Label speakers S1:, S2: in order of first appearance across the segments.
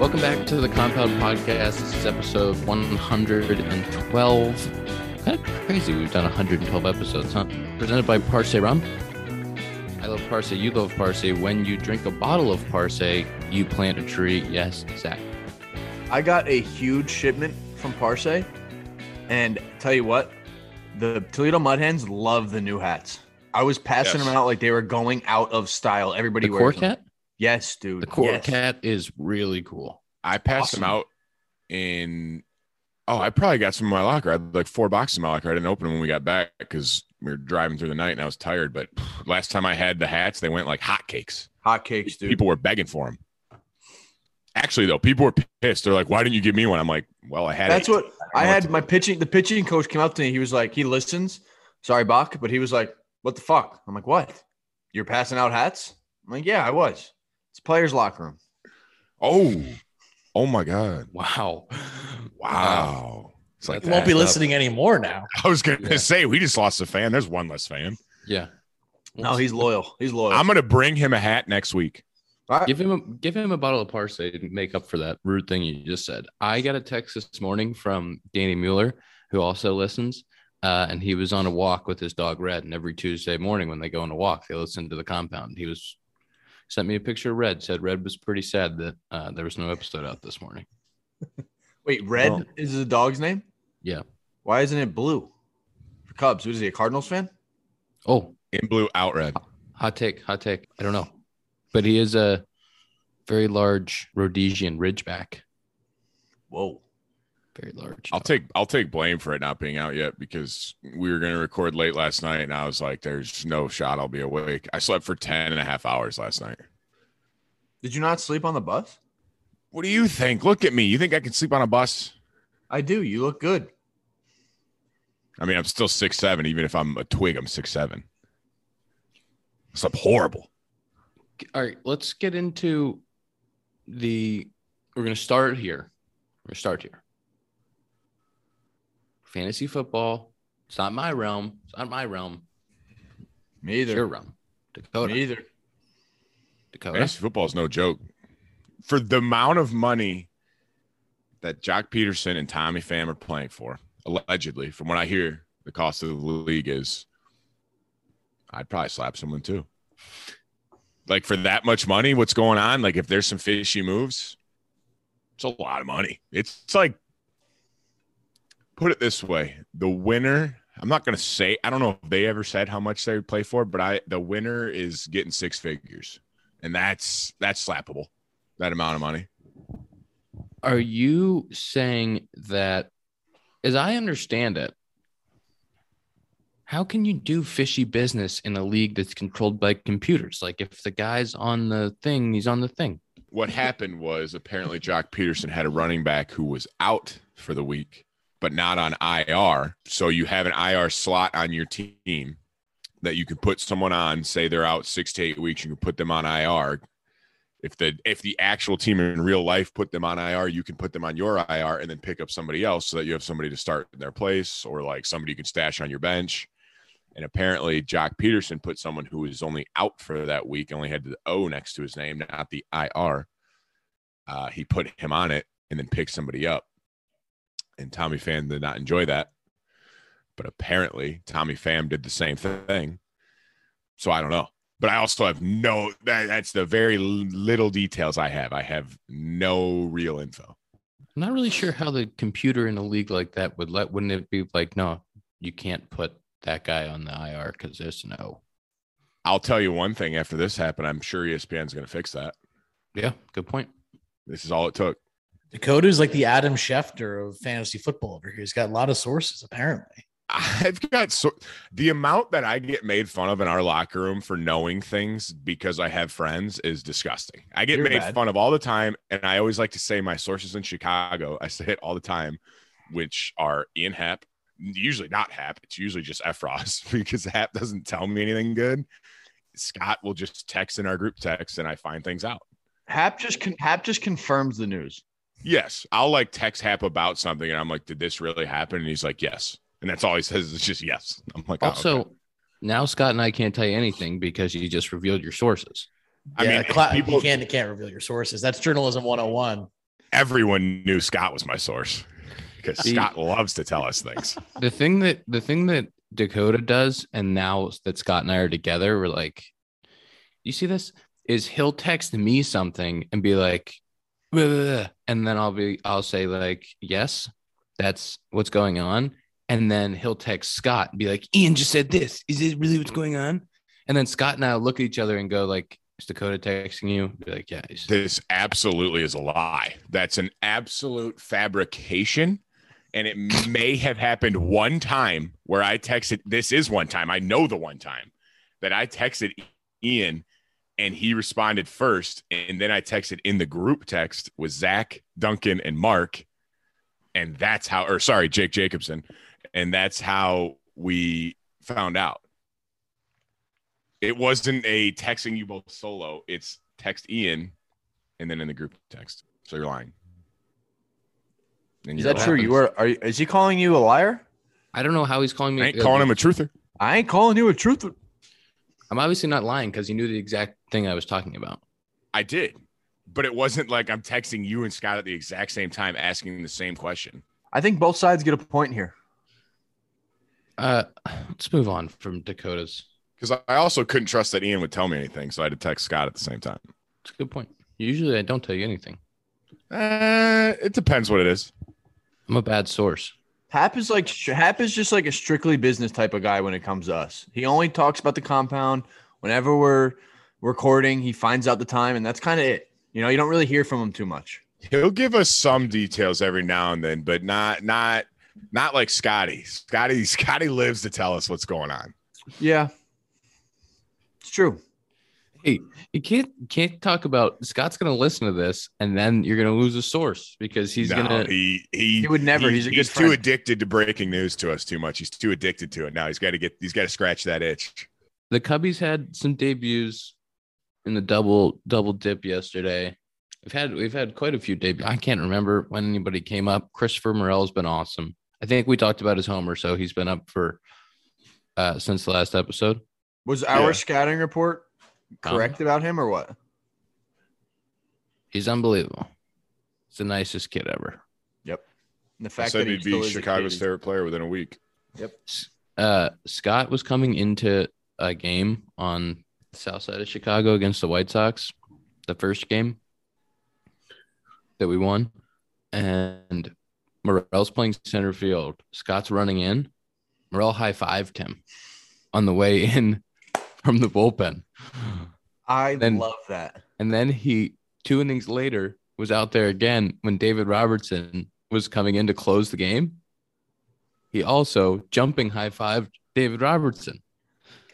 S1: Welcome back to the Compound Podcast. This is episode 112. Kind of crazy we've done 112 episodes, huh? Presented by Parse Rum. I love Parse. You love Parse. When you drink a bottle of Parse, you plant a tree. Yes, Zach.
S2: I got a huge shipment from Parse, and tell you what, the Toledo Mud Hens love the new hats. I was passing
S1: Yes.
S2: them out like they were going out of style. Everybody
S1: The core
S2: wears them.
S1: cat?
S2: Yes, dude.
S1: The core
S2: yes.
S1: cat is really cool.
S3: I passed them
S2: Awesome.
S3: out in. Oh, I probably got some in my locker. I had like four boxes in my locker. I didn't open them when we got back because we were driving through the night and I was tired. But last time I had the hats, they went like hotcakes.
S2: hot cakes, dude.
S3: People were begging for them. Actually, though, people were pissed. They're like, "Why didn't you give me one?" I'm like, "Well, I had."
S2: That's
S3: eight."
S2: what I
S3: know what
S2: had.
S3: to
S2: My pitching, the pitching coach came up to me. He was like, he listens. Sorry, Bach, but he was like, "What the fuck?" I'm like, "What? You're passing out hats?" I'm like, "Yeah, I was. It's players' locker room."
S3: Oh, oh my god!
S1: Wow.
S3: Wow. It's like
S4: He won't be
S1: Backed up.
S4: listening anymore now.
S3: I was gonna
S1: Yeah.
S3: say we just lost a fan. There's one less fan.
S1: Yeah.
S2: No, he's loyal. He's loyal.
S3: I'm gonna bring him a hat next week.
S2: All right.
S1: Give him a, give him a bottle of Parse to make up for that rude thing you just said. I got a text this morning from Danny Mueller, who also listens, uh, and he was on a walk with his dog Red. And every Tuesday morning when they go on a walk, they listen to the compound. He was sent me a picture of Red. Said Red was pretty sad that uh, there was no episode out this morning.
S2: Wait, red
S3: Well-
S2: is the dog's name?
S1: Yeah.
S2: Why isn't it blue? For Cubs, what is he? A Cardinals fan?
S1: Oh,
S3: In blue, out red.
S1: hot take, hot take. I don't know, but he is a very large Rhodesian Ridgeback.
S2: Whoa.
S1: Very large.
S3: I'll take I'll take blame for it not being out yet because we were going to record late last night and I was like there's no shot I'll be awake. I slept for 10 and a half hours last night.
S2: Did you not sleep on the bus?
S3: What do you think? Look at me. You think I can sleep on a bus?
S2: I do. You look good.
S3: I mean, I'm still six seven. even if I'm a twig, I'm six seven. slept horrible.
S1: all right let's get into the we're going to start here we're going to start here fantasy football it's not my realm it's not my realm
S2: Me
S1: it's
S2: either.
S1: your realm dakota
S2: Me either.
S1: dakota
S3: Fantasy football is no joke. For the amount of money that Jock Peterson and Tommy Pham are playing for, allegedly, from what I hear, the cost of the league is, I'd probably slap someone too. Like for that much money, what's going on? Like if there's some fishy moves, it's a lot of money. It's it's like, put it this way: the winner. I'm not gonna say. I don't know if they ever said how much they would play for, but I the winner is getting six figures and that's that's slappable that amount of money
S1: are you saying that as i understand it how can you do fishy business in a league that's controlled by computers like if the guy's on the thing he's on the thing
S3: what happened was apparently jock peterson had a running back who was out for the week but not on ir so you have an ir slot on your team that you can put someone on say they're out six to eight weeks you can put them on ir if the if the actual team in real life put them on ir you can put them on your ir and then pick up somebody else so that you have somebody to start in their place or like somebody you can stash on your bench And apparently, Jock Peterson put someone who was only out for that week, only had the O next to his name, not the IR. Uh, he put him on it and then picked somebody up. And Tommy Pham did not enjoy that. But apparently, Tommy Pham did the same thing. So I don't know. But I also have no, that, that's the very little details I have. I have no real info.
S1: I'm not really sure how the computer in a league like that would let. Wouldn't it be like, no, you can't put that guy on the IR because there's no.
S3: I'll tell you one thing E after this happened. I'm sure ESPN's going to fix that.
S1: Yeah, good point.
S3: This is all it took.
S4: Dakota's like the Adam Schefter of fantasy football over here. He's got a lot of sources, apparently.
S3: I've got so the amount that I get made fun of in our locker room for knowing things because I have friends is disgusting. I get
S2: You're
S3: made
S2: bad.
S3: fun of all the time, and I always like to say my sources in Chicago. I say it all the time, which are Ian Hap, usually not Hap. It's usually just F. Ross because Hap doesn't tell me anything good. Scott will just text in our group text, and I find things out.
S2: Hap just con- Hap just confirms the news.
S3: Yes, I'll like text Hap about something, and I'm like, "Did this really happen?" And he's like, "Yes," and that's all he says is just yes. I'm like, "Oh, okay."
S1: Also, now Scott and I can't tell you anything because you just revealed your sources.
S3: I mean,
S4: cla-
S3: if people-
S4: you can't, can't reveal your sources. That's journalism 101.
S3: everyone knew Scott was my source because
S1: See-
S3: Scott loves to tell us things.
S1: The thing that the thing that Dakota does, and now that Scott and I are together, we're like, you see this? Is he'll text me something and be like, "Blah, blah, blah," and then I'll be I'll say like, yes, that's what's going on, and then he'll text Scott and be like, Ian just said this. Is it really what's going on? And then Scott and I will look at each other and go like, is Dakota texting you? Be like, yeah. he's-
S3: This absolutely is a lie. That's an absolute fabrication. And it may have happened one time where I texted, this is one time, I know the one time that I texted Ian and he responded first. And then I texted in the group text with Zach, Duncan, and Mark. And that's how, or sorry, Jake Jacobson. And that's how we found out. It wasn't a texting you both solo, it's text Ian and then in the group text. So you're lying. And
S2: Is
S3: you're
S2: that
S3: lying.
S2: true? You are, are you- is he calling you a liar?
S1: I don't know how he's calling me.
S3: I ain't calling him a truther.
S2: I ain't calling you a truth.
S1: I'm obviously not lying because he knew the exact thing I was talking about.
S3: I did, but it wasn't like I'm texting you and Scott at the exact same time asking the same question.
S2: I think both sides get a point here.
S1: Uh, let's move on from Dakota's.
S3: Because I also couldn't trust that Ian would tell me anything, so I had to text Scott at the same time.
S1: It's a good point. Usually I don't tell you anything.
S3: Uh, it depends what it is.
S1: I'm a bad source.
S2: Hap is like Hap is just like a strictly business type of guy when it comes to us. He only talks about the compound whenever we're recording. He finds out the time, and that's kind of it. You know, you don't really hear from him too much.
S3: He'll give us some details every now and then, but not not not like Scotty. Scotty Scotty lives to tell us what's going on.
S2: Yeah, it's true.
S1: You can't you can't talk about Scott's gonna listen to this and then you're gonna lose a source because he's
S3: No,
S1: gonna
S3: he he
S2: He would never.
S3: he-
S2: he's a good
S3: he's
S2: friend.
S3: too addicted to breaking news to us too much. He's too addicted to it now. He's got to get he's got to scratch that itch.
S1: the Cubbies had some debuts in the double double dip yesterday. We've had we've had quite a few debuts. I can't remember when anybody came up. Christopher Morel's been awesome. I think we talked about his homer, so he's been up for uh since the last episode.
S2: Was our
S3: Yeah.
S2: scouting report
S1: Um,
S2: correct about him or what?
S1: He's unbelievable. He's the nicest kid ever.
S2: And the
S3: I
S2: fact that
S3: said
S2: he
S3: he'd
S2: still
S3: be
S2: is a
S3: Chicago's
S2: kid is-
S3: favorite player within a week.
S1: Uh, Scott was coming into a game on the south side of Chicago against the White Sox, the first game that we won. And Morel's playing center field. Scott's running in. Morel high fived him on the way in from the bullpen.
S2: I
S1: Then-
S2: love that.
S1: And then he, two innings later, was out there again when David Robertson was coming in to close the game. He also jumping high fived David Robertson.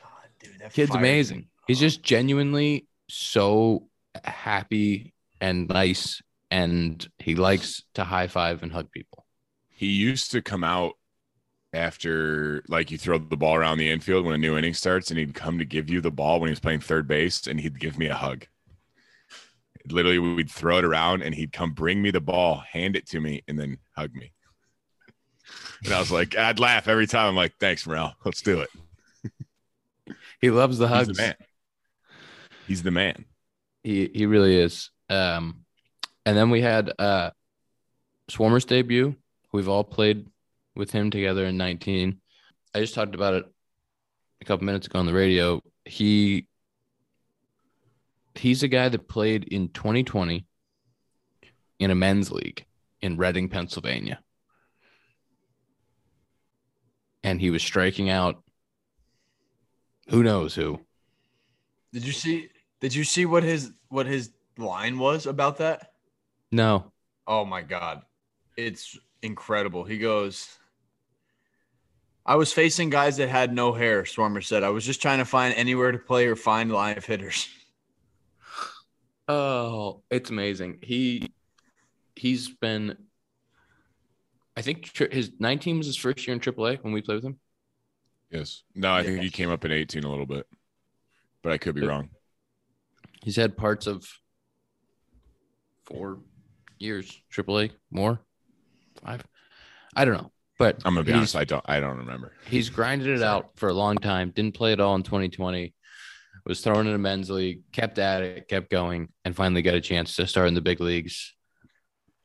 S2: God, dude, that
S1: Kid's
S2: fires me
S1: amazing. He's
S2: up.
S1: just genuinely so happy and nice, and he likes to high five and hug people.
S3: he used to come out after like you throw the ball around the infield when a new inning starts and he'd come to give you the ball when he was playing third base and he'd give me a hug literally we'd throw it around and he'd come bring me the ball hand it to me and then hug me and i was like i'd laugh every time i'm like thanks morel let's do it
S1: He loves the
S3: he's
S1: hugs.
S3: the man he's the man
S1: He he really is. Um, and then we had uh, Swarmer's debut. We've all played with him together in 19. I just talked about it a couple minutes ago on the radio. He he's a guy that played in 2020 in a men's league in Reading, Pennsylvania. And he was striking out who knows who.
S2: Did you see? Did you see what his what his line was about that?
S1: No.
S2: Oh my God. It's incredible. He goes, I was facing guys that had no hair, Swarmer said. I was just trying to find anywhere to play or find live hitters.
S1: Oh, it's amazing. He he's been. I think tri- his 19 was his first year in AAA when we played with him.
S3: Yes. No, I think he came up in 18 a little bit, but I could be wrong.
S1: He's had parts of four years AAA, more five. I don't know, but
S3: I'm gonna be
S1: he's-
S3: honest. I don't. I don't remember.
S1: He's grinded it out for a long time. Didn't play at all in 2020. Was thrown in a men's league. Kept at it. Kept going, and finally got a chance to start in the big leagues.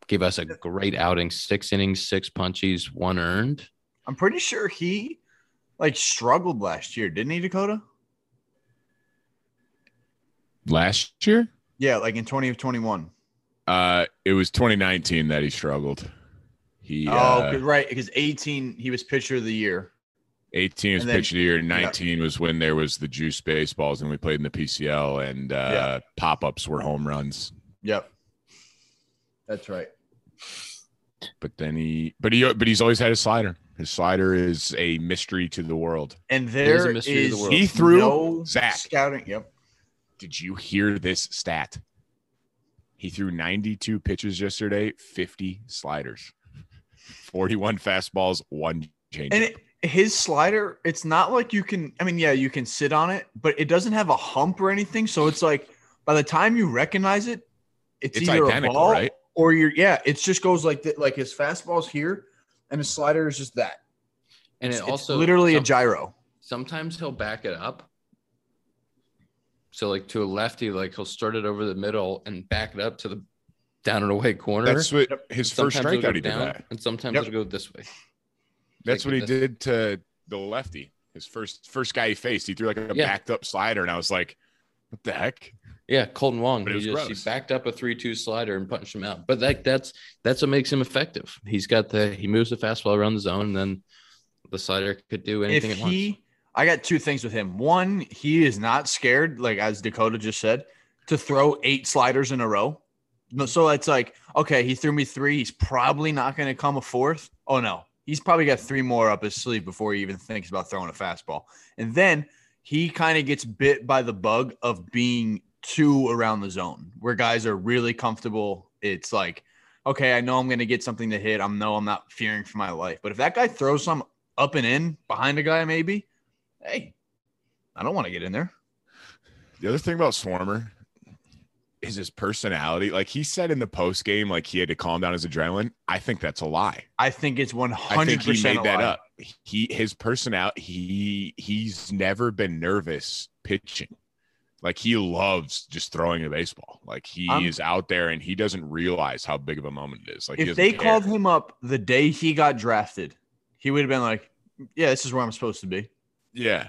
S1: Gave us a great outing. Six innings, six punches, one earned.
S2: I'm pretty sure he like struggled last year, didn't he, Dakota?
S3: Last year,
S2: Yeah, like in 2021.
S3: uh, it was 2019 that he struggled. He
S2: Oh,
S3: uh,
S2: 'cause- right. Because 18, he was pitcher of the year.
S3: 18 was
S2: and then-
S3: pitch of the year. 19 was when there was the juice baseballs, and we played in the PCL, and uh,
S2: Yeah.
S3: pop ups were home runs.
S2: Yep. That's right.
S3: But then he, but he, but he's always had a slider. His slider is a mystery to the world.
S2: And
S1: is a
S2: there is,
S1: mystery to the world.
S3: He threw
S2: no
S3: Zach.
S2: scouting. Yep.
S3: Did you hear this stat? He threw 92 pitches yesterday, 50 sliders, 41 fastballs, one change.
S2: And it, his slider, it's not like you can, I mean, yeah, you can sit on it, but it doesn't have a hump or anything. So it's like by the time you recognize it, it's,
S3: It's
S2: either a
S3: identical,
S2: ball
S3: right?
S2: or you're, yeah, it just goes like that. Like his fastball's here and his slider is just that.
S1: And it
S2: It's- it's
S1: also
S2: literally a
S1: some-
S2: gyro.
S1: Sometimes he'll back it up. So like to a lefty, like he'll start it over the middle and back it up to the down and away corner.
S3: That's what his
S1: Sometimes
S3: first
S1: it'll go
S3: strikeout he did
S1: down,
S3: that.
S1: and sometimes
S2: Yep.
S1: it'll go this way.
S3: That's
S1: like
S3: what he
S1: this.
S3: did to the lefty. His first first guy he faced, he threw like a
S1: Yeah.
S3: backed up slider, and I was like, "What the heck?"
S1: Yeah, Colton Wong.
S3: But it
S1: He
S3: was
S1: just
S3: gross.
S1: he backed up a three-two slider and punched him out. But that that's that's what makes him effective. He's got the he moves the fastball around the zone, and then the slider could do
S2: If
S1: anything it wants.
S2: he, I got two things with him. One, he is not scared, like as Dakota just said, to throw eight sliders in a row. No, So it's like, okay, he threw me three. He's probably not going to come a fourth. Oh no, he's probably got three more up his sleeve before he even thinks about throwing a fastball. And then he kind of gets bit by the bug of being two around the zone where guys are really comfortable. It's like, okay, I know I'm going to get something to hit. I know I'm not fearing for my life. But if that guy throws some up and in behind a guy, maybe, hey, I don't want to get in there.
S3: The other thing about Swarmer is his personality. Like he said in the post game, like he had to calm down his adrenaline. I think that's a lie.
S2: I think it's 100%
S3: I think he made
S2: a
S3: that
S2: lie.
S3: up. He his personality. He he's never been nervous pitching. Like he loves just throwing a baseball. Like he
S2: I'm-
S3: is out there and he doesn't realize how big of a moment it is. Like he
S2: if
S3: doesn't
S2: they
S3: care.
S2: called him up the day he got drafted, he would have been like, yeah, this is where I'm supposed to be.
S3: Yeah.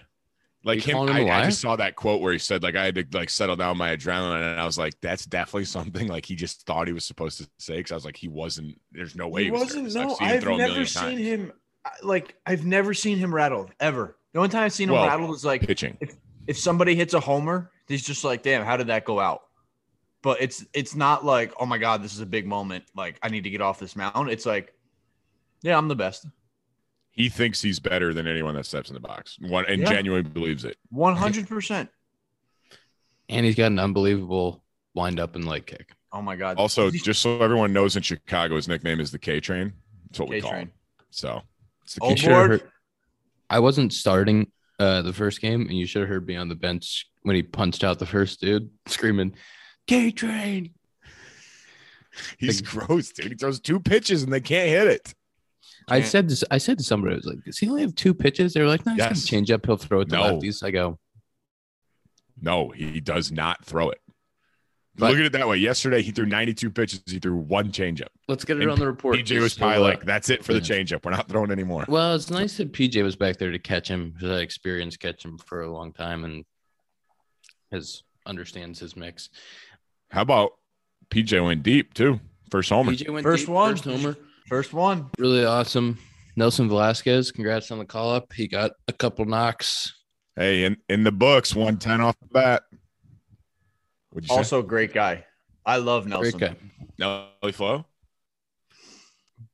S3: Like
S1: you
S3: him,
S1: calling him a
S3: I, I
S1: liar?
S3: just saw that quote where he said, like, I had to like settle down my adrenaline. And I was like, that's definitely something like he just thought he was supposed to say. Cause I was like, he wasn't, there's no way
S2: he wasn't.
S3: nervous.
S2: No,
S3: seen him
S2: I've
S3: throw a
S2: never
S3: million
S2: seen
S3: times.
S2: him. I- Like I've never seen him rattled ever. The only time I've seen him
S3: Well,
S2: rattled is like
S3: pitching.
S2: if somebody hits a homer, he's just like, "Damn, how did that go out?" But it's it's not like, "Oh my god, this is a big moment. Like I need to get off this mound." It's like, "Yeah, I'm the best."
S3: He thinks he's better than anyone that steps in the box one and
S2: Yeah.
S3: genuinely believes it.
S2: One hundred percent.
S1: and he's got an unbelievable windup and leg kick.
S2: Oh my god.
S3: Also, just so everyone knows in Chicago, his nickname is the K train. That's what we call
S2: K-Train.
S3: him. So it's the
S2: Oh,
S1: You
S3: K
S1: should have
S2: board.
S1: heard- I wasn't starting uh, the first game, and you should have heard me on the bench when he punched out the first dude, screaming, "K train!"
S3: He's gross, dude. He throws two pitches and they can't hit it.
S1: I
S2: Yeah.
S1: said this. I said to somebody, "I was like, does he only have two pitches?" They were like, "No, he's gonna
S3: Yes.
S1: change up. He'll throw it to
S3: No.
S1: lefties." I go,
S3: No, he does not throw it.
S1: But-
S3: Look at it that way. Yesterday, he threw 92 pitches. He threw one changeup.
S1: "Let's get it
S3: And
S1: on the report."
S3: PJ was
S1: just so,
S3: probably
S1: uh,
S3: like, "That's it for the
S1: yeah.
S3: changeup. We're not throwing anymore."
S1: Well, it's nice that PJ was back there to catch him because I experienced catch him for a long time and has understands his mix.
S3: How about PJ went deep too? First homer.
S1: PJ went
S2: First
S1: deep,
S2: one.
S1: first homer,
S2: first one.
S1: really awesome. Nelson Velasquez, congrats on the call up. He got a couple knocks.
S3: Hey, in, in the books, one ten off the bat. Would you
S2: Also, great guy. I love Nelson.
S1: Great guy.
S3: say Nelly Flo?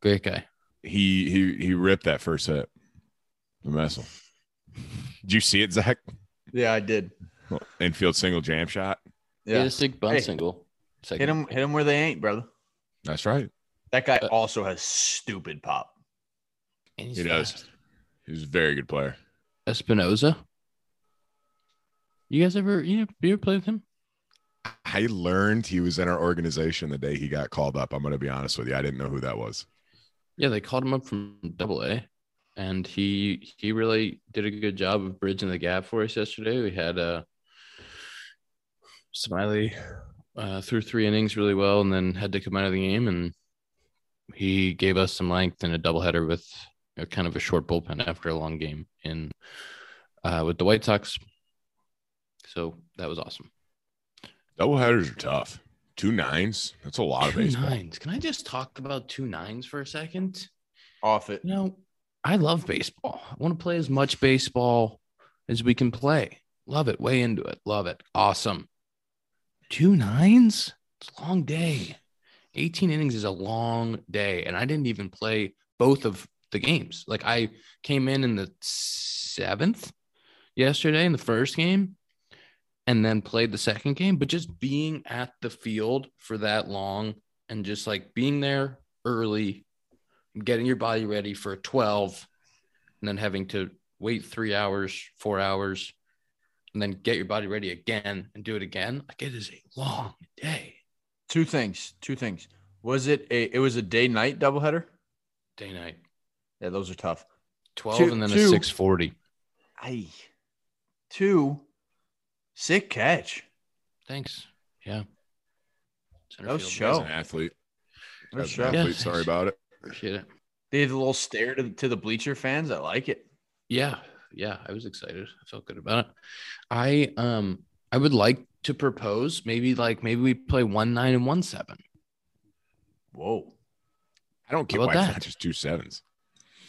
S1: Great guy.
S3: He he he ripped that first hit. The missile. Did you see it, Zach?
S2: Yeah, I did.
S3: Well, infield single jam shot.
S1: Yeah. He
S2: Yeah.
S1: had a sick bunt
S2: Hey.
S1: single. Second.
S2: Hit him, hit him where they ain't, brother.
S3: That's right.
S2: That guy
S1: Uh,
S2: also has stupid pop.
S1: And he's
S3: He does.
S1: fast.
S3: He's a very good player.
S1: Espinoza. You guys ever you, you ever play with him?
S3: I learned he was in our organization the day he got called up. I'm going to be honest with you. I didn't know who that was.
S1: Yeah, they called him up from Double A, and he he really did a good job of bridging the gap for us yesterday. We had uh, Smiley uh, through three innings really well, and then had to come out of the game, and he gave us some length in a doubleheader with a kind of a short bullpen after a long game in uh, with the White Sox. So that was awesome.
S3: Doubleheaders are tough. Two nines. That's a lot of
S1: Two
S3: baseball.
S1: nines. Can I just talk about two nines for a second?
S2: Off it.
S1: You know, I love baseball. I want to play as much baseball as we can play. Love it. Way into it. Love it. Awesome. Two nines? It's a long day. 18 innings is a long day. And I didn't even play both of the games. Like I came in in the seventh yesterday in the first game and then played the second game. But just being at the field for that long and just like being there early getting your body ready for 12 and then having to wait three hours four hours and then get your body ready again and do it again like it is a long day
S2: Two things. Two things. Was it a? It was a day night doubleheader.
S1: day night
S2: Yeah, those are tough.
S1: 12
S2: Two-
S1: and then a
S2: two.
S1: 640
S2: I. Two. Sick catch.
S1: thanks yeah Center
S2: Those
S1: field.
S2: show.
S3: As an athlete.
S2: Good
S3: As an
S2: shot.
S3: athlete.
S1: Yeah.
S3: Sorry about it.
S1: appreciate it
S2: They have a little stare to, to the bleacher fans. I like it.
S1: yeah yeah i was excited i felt good about it i um i would like to propose maybe like maybe we play one nine and one seven
S2: Whoa.
S3: I don't get
S1: How
S3: why
S1: about
S3: it's
S1: that?
S3: not just two sevens.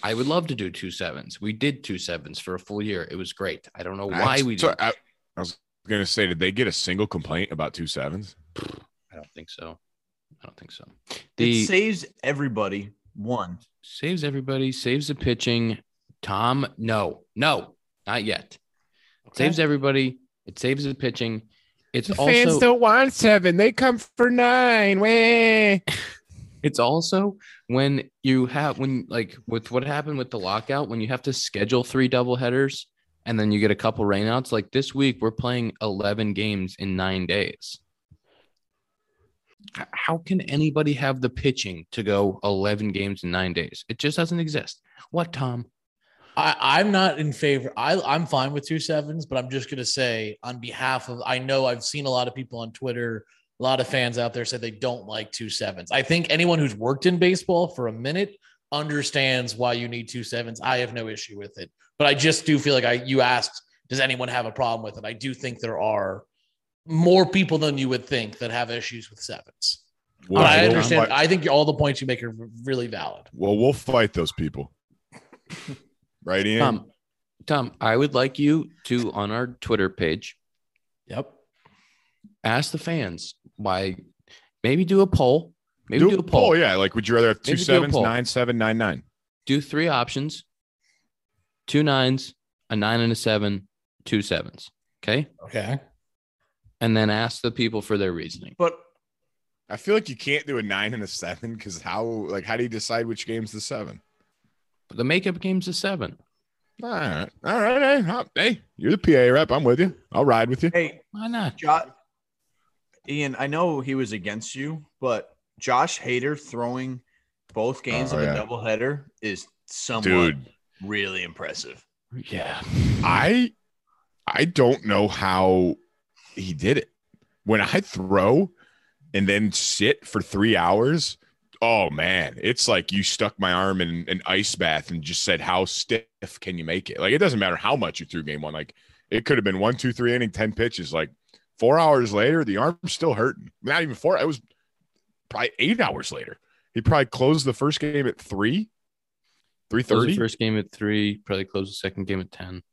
S1: I would love to do two sevens. We did two sevens for a full year. It was great. I don't know why
S3: That's-
S1: we
S3: so
S1: did.
S3: I, I was going to say, did they get a single complaint about two sevens?
S1: I don't think so. I don't think so.
S2: it
S1: The
S2: saves everybody one.
S1: saves everybody, saves the pitching. Tom, no, no, not yet. Saves everybody. It saves the pitching. It's also
S3: want seven. They come for nine. Way.
S1: it's also when you have when like with what happened with the lockout when you have to schedule three double headers and then you get a couple rainouts like this week we're playing 11 games in 9 days H- how can anybody have the pitching to go 11 games in 9 days it just doesn't exist what tom
S4: I, I'm not in favor. I, I'm fine with two sevens, but I'm just going to say on behalf of, I know I've seen a lot of people on Twitter, a lot of fans out there say they don't like two sevens. I think anyone who's worked in baseball for a minute understands why you need two sevens. I have no issue with it, but I just do feel like I, you asked, does anyone have a problem with it? I do think there are more people than you would think that have issues with sevens.
S1: Oh,
S3: Well,
S4: but I
S3: we'll
S4: understand.
S3: fight-
S4: I think all the points you make are really valid.
S3: well, we'll fight those people. Right, Ian?
S1: tom tom i would like you to on our twitter page
S4: Yep.
S1: ask the fans why maybe do a poll maybe
S3: do,
S1: do,
S3: a poll. Yeah. Like, would you rather have two
S1: Maybe do a
S3: sevens,
S1: poll.
S3: nine, seven, nine, nine?
S1: do three options two nines, a nine and a seven, two sevens. Okay.
S4: Okay.
S1: And then ask the people for their reasoning.
S2: But
S3: I feel like you can't do a nine and a seven because how, like, how do you decide which game's the seven?
S1: But the makeup game's a seven.
S3: All right. All right. Hey, hop- hey, you're the PA rep. I'm with you. I'll ride with you.
S2: hey,
S1: Why not?
S2: Josh, Ian, I know he was against you, but Josh Hader throwing both games
S3: Oh,
S2: of a
S3: yeah.
S2: doubleheader is somewhat
S3: Dude,
S2: really impressive.
S1: Yeah.
S3: I I don't know how he did it. When I throw and then sit for three hours, oh man, it's like you stuck my arm in an ice bath and just said, How stiff can you make it? Like it doesn't matter how much you threw game one. Like it could have been one, two, three inning, ten pitches. Like four hours later, the arm's still hurting. Not even four. It was probably eight hours later. He probably closed the first game at three. Three
S1: Close the
S3: thirty.
S1: first game at three, probably close the second game at 10.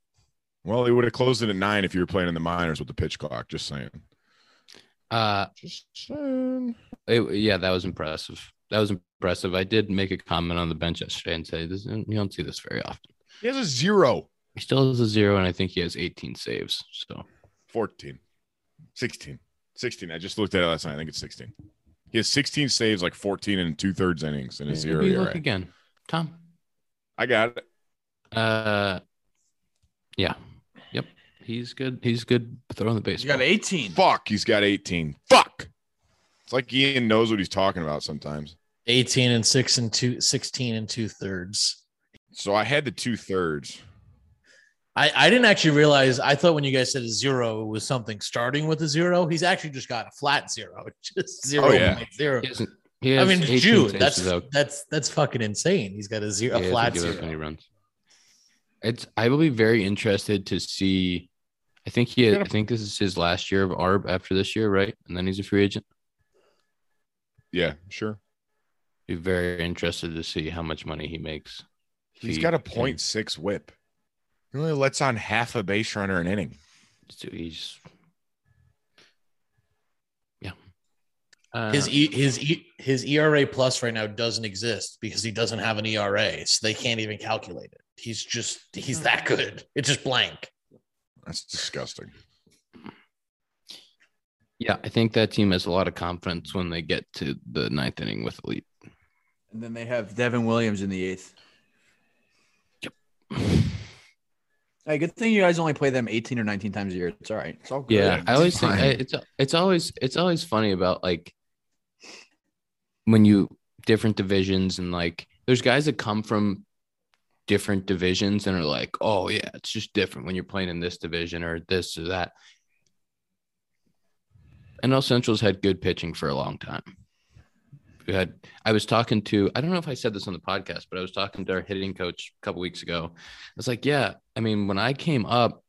S3: Well, he would have closed it at nine if you were playing in the minors with the pitch clock. Just saying.
S1: Uh,
S3: Just saying.
S1: it- yeah, that was impressive. that was impressive. I did make a comment on the bench yesterday and say this you don't see this very often.
S3: He has a zero.
S1: He still has a zero, and I think he has 18 saves. So
S3: 14, 16, 16. I just looked at it last night. I think it's 16. He has 16 saves, like 14 and two thirds innings, and a zero
S1: Maybe look
S3: ERA.
S1: again, Tom.
S3: I got it.
S1: Uh, yeah, yep. He's good. He's good throwing the
S2: He's
S1: baseball.
S2: got 18.
S3: Fuck, he's got 18. Fuck. It's like Ian knows what he's talking about sometimes.
S4: 18 and six and two, 16 and two thirds.
S3: So I had the two thirds.
S4: I, I didn't actually realize. I thought when you guys said a zero, it was something starting with a zero. He's actually just got a flat zero, just zero
S3: Oh, yeah.
S4: point zero.
S1: He hasn't- he
S4: I
S1: has
S4: mean,
S1: 18
S4: Jude,
S1: saves,
S4: that's
S1: though.
S4: that's that's fucking insane. He's got a zero,
S1: He hasn't
S4: a flat
S1: given up any
S4: zero.
S1: runs. It's. I will be very interested to see. I think he. I think this is his last year of ARB after this year, right? And then he's a free agent.
S3: Yeah, sure.
S1: Be very interested to see how much money he makes.
S3: He's
S1: He
S3: got a
S1: can-
S3: point six whip. He only lets on half a base runner an inning.
S1: So he's yeah. Uh,
S4: His e, his e, his ERA plus right now doesn't exist because he doesn't have an ERA, so they can't even calculate it. He's just
S1: Hmm.
S4: he's that good. It's just blank.
S3: That's disgusting.
S1: yeah, I think that team has a lot of confidence when they get to the ninth inning with a lead.
S2: And then they have Devin Williams in the eighth. Hey, good thing you guys only play them 18 or 19 times a year. It's all right. It's all good.
S1: Yeah, I always think
S3: fine.
S1: I- it's it's always it's always funny about like when you different divisions and like there's guys that come from different divisions and are like, oh yeah, it's just different when you're playing in this division or this or that. NL Central's had good pitching for a long time. We had I was talking to I don't know if I said this on the podcast, but I was talking to our hitting coach a couple weeks ago. I was like, yeah, I mean, when I came up,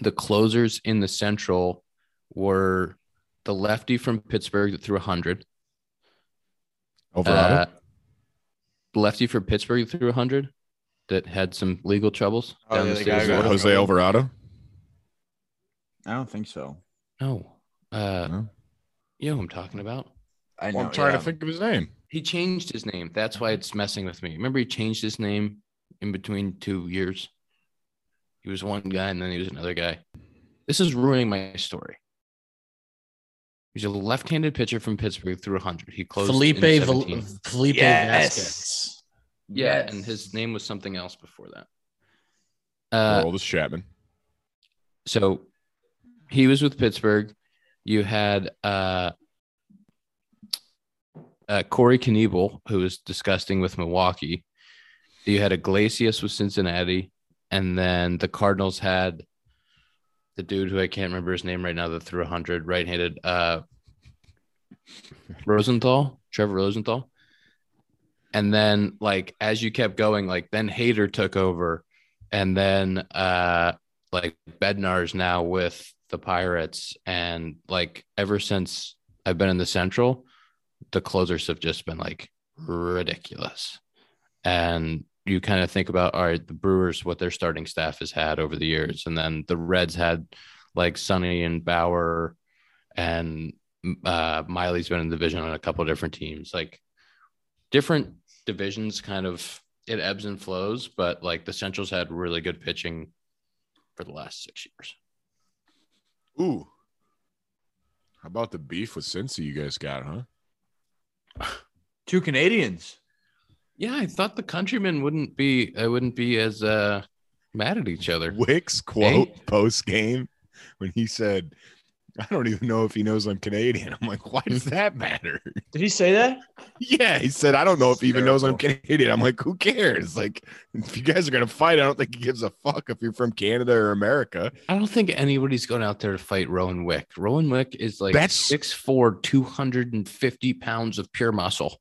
S1: the closers in the Central were the lefty from Pittsburgh that threw 100.
S3: Overall,
S1: Uh, lefty for Pittsburgh that threw 100 that had some legal troubles
S2: Oh, yeah,
S1: down the
S2: the
S1: stairs.
S2: guy got-
S3: Jose Alvarado.
S2: I don't think so.
S1: No. Uh,
S3: No.
S1: You know who I'm talking about?
S2: I know.
S3: Well, I'm trying
S2: yeah.
S3: to think of his name.
S1: He changed his name. That's
S4: Mm-hmm.
S1: why it's messing with me. Remember, he changed his name in between two years? He was one guy and then he was another guy. This is ruining my story. He's a left handed pitcher from Pittsburgh through 100. He closed in
S4: Felipe Vel-
S1: 17.
S4: Felipe
S2: Yes.
S4: Vasquez.
S1: Yeah,
S2: Yes.
S1: and his name was something else before that.
S4: Oh,
S1: Uh,
S3: Oldest Chapman.
S1: so he was with Pittsburgh. You had uh, uh, Corey Knebel, who was disgusting with Milwaukee. You had Iglesias with Cincinnati, and then the Cardinals had the dude who I can't remember his name right now that threw 100 right-handed uh, Rosenthal, Trevor Rosenthal. And then, like, as you kept going, like, then Hayter took over, and then uh, like Bednar's now with the Pirates, and like ever since I've been in the Central, the closers have just been like ridiculous. And you kind of think about all right, the Brewers, what their starting staff has had over the years, and then the Reds had like Sonny and Bauer, and uh, Miley's been in the division on a couple of different teams, like different divisions kind of it ebbs and flows, but like the Central's had really good pitching for the last six years.
S3: Ooh. How about the beef with Cincy you guys got, huh?
S2: Two Canadians.
S1: Yeah, I thought the countrymen wouldn't be I wouldn't be as uh mad at each other.
S3: Wick's quote post game when he said, I don't even know if he knows I'm Canadian. I'm like, why does that matter?
S2: Did he say that?
S3: yeah, he said, I don't know if he even knows I'm
S2: Terrible.
S3: Canadian. I'm like, who cares? Like, if you guys are going to fight, I don't think he gives a fuck if you're from Canada or America.
S1: I don't think anybody's going out there to fight Rowan Wick. Rowan Wick is like
S3: That's-
S1: six four, two hundred and fifty pounds of pure muscle.